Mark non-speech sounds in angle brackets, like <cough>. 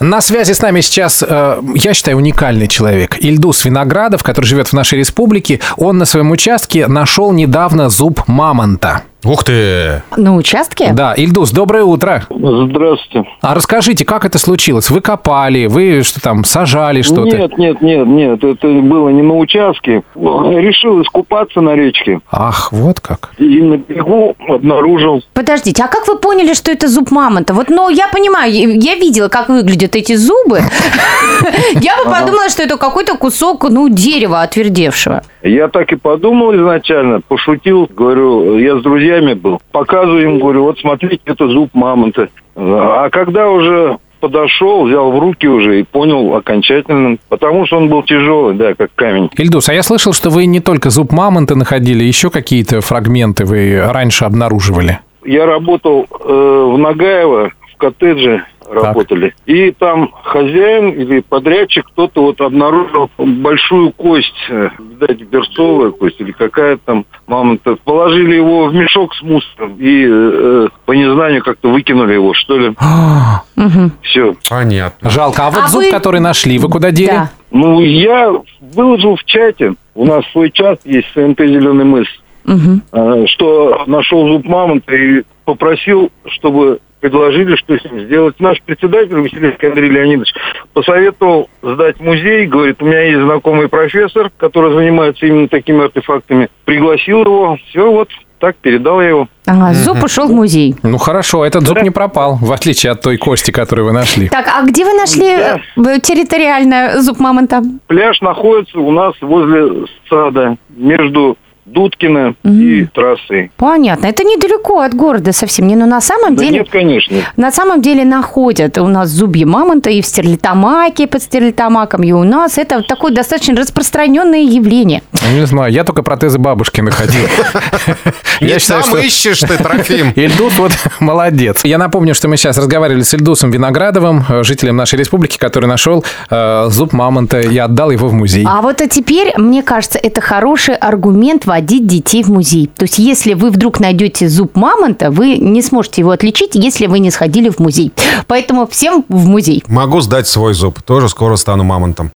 На связи с нами сейчас, э, я считаю, уникальный человек. Ильдус Виноградов, который живет в нашей республике, он на своем участке нашел недавно зуб мамонта. Ух ты! На участке? Да, Ильдус, доброе утро. Здравствуйте. А расскажите, как это случилось? Вы копали, вы что там, сажали что-то? Нет, нет, нет, нет, это было не на участке. Решил искупаться на речке Ах, вот как. и на берегу обнаружил. Подождите, а как вы поняли, что это зуб мамонта? Вот, ну, я понимаю, я- я видела, как выглядят эти зубы. <laughs> Я бы подумала, что это какой-то кусок, ну, дерева отвердевшего. Я так и подумал изначально, пошутил, говорю, я с друзьями был. Показываю им, говорю, вот смотрите, это зуб мамонта. А когда уже подошел, взял в руки уже и понял окончательно, потому что он был тяжелый, да, как камень. Ильдус, а я слышал, что вы не только зуб мамонта находили, еще какие-то фрагменты вы раньше обнаруживали. Я работал э, в Нагаево, в коттедже работали. И там хозяин или подрядчик, кто-то вот обнаружил большую кость, э, видать, берцовая кость или какая там мамонта. Положили его в мешок с мусором и э, э, по незнанию как-то выкинули его, что ли. Мгм. Все. Понятно. Жалко. А вот А зуб, вы- который нашли, вы куда дели? Да. Ну, я выложил в чате, у нас свой чат есть, СНТ «Зеленый мыс», Мгм. э, что нашел зуб мамонта и попросил, чтобы предложили, что с ним сделать. Наш председатель Василевский Андрей Леонидович посоветовал сдать музей. Говорит, у меня есть знакомый профессор, который занимается именно такими артефактами. Пригласил его. Все, вот так передал я его. Ага, зуб ушел в музей. Ну хорошо, этот зуб не пропал, в отличие от той кости, которую вы нашли. Так, а где вы нашли э, э, территориально зуб мамонта? Пляж находится у нас возле сада, между Дудкина и трассой. Понятно, это недалеко от города совсем. Не, ну на самом Да деле... нет, конечно. На самом деле находят у нас зубья мамонта и в стерлитамаке, под стерлитамаком, и у нас. Это такое достаточно распространенное явление. Ну, Не знаю, я только протезы бабушки находил. <laughs> Не там ищешь ты, <laughs> Трофим. Ильдус вот <laughs> молодец. Я напомню, что мы сейчас разговаривали с Ильдусом Виноградовым, э, жителем нашей республики, который нашел э, зуб мамонта и отдал его в музей. А вот а теперь, мне кажется, это хороший аргумент водить детей в музей. То есть, если вы вдруг найдете зуб мамонта, вы не сможете его отличить, если вы не сходили в музей. Поэтому всем в музей. Могу сдать свой зуб. Тоже скоро стану мамонтом.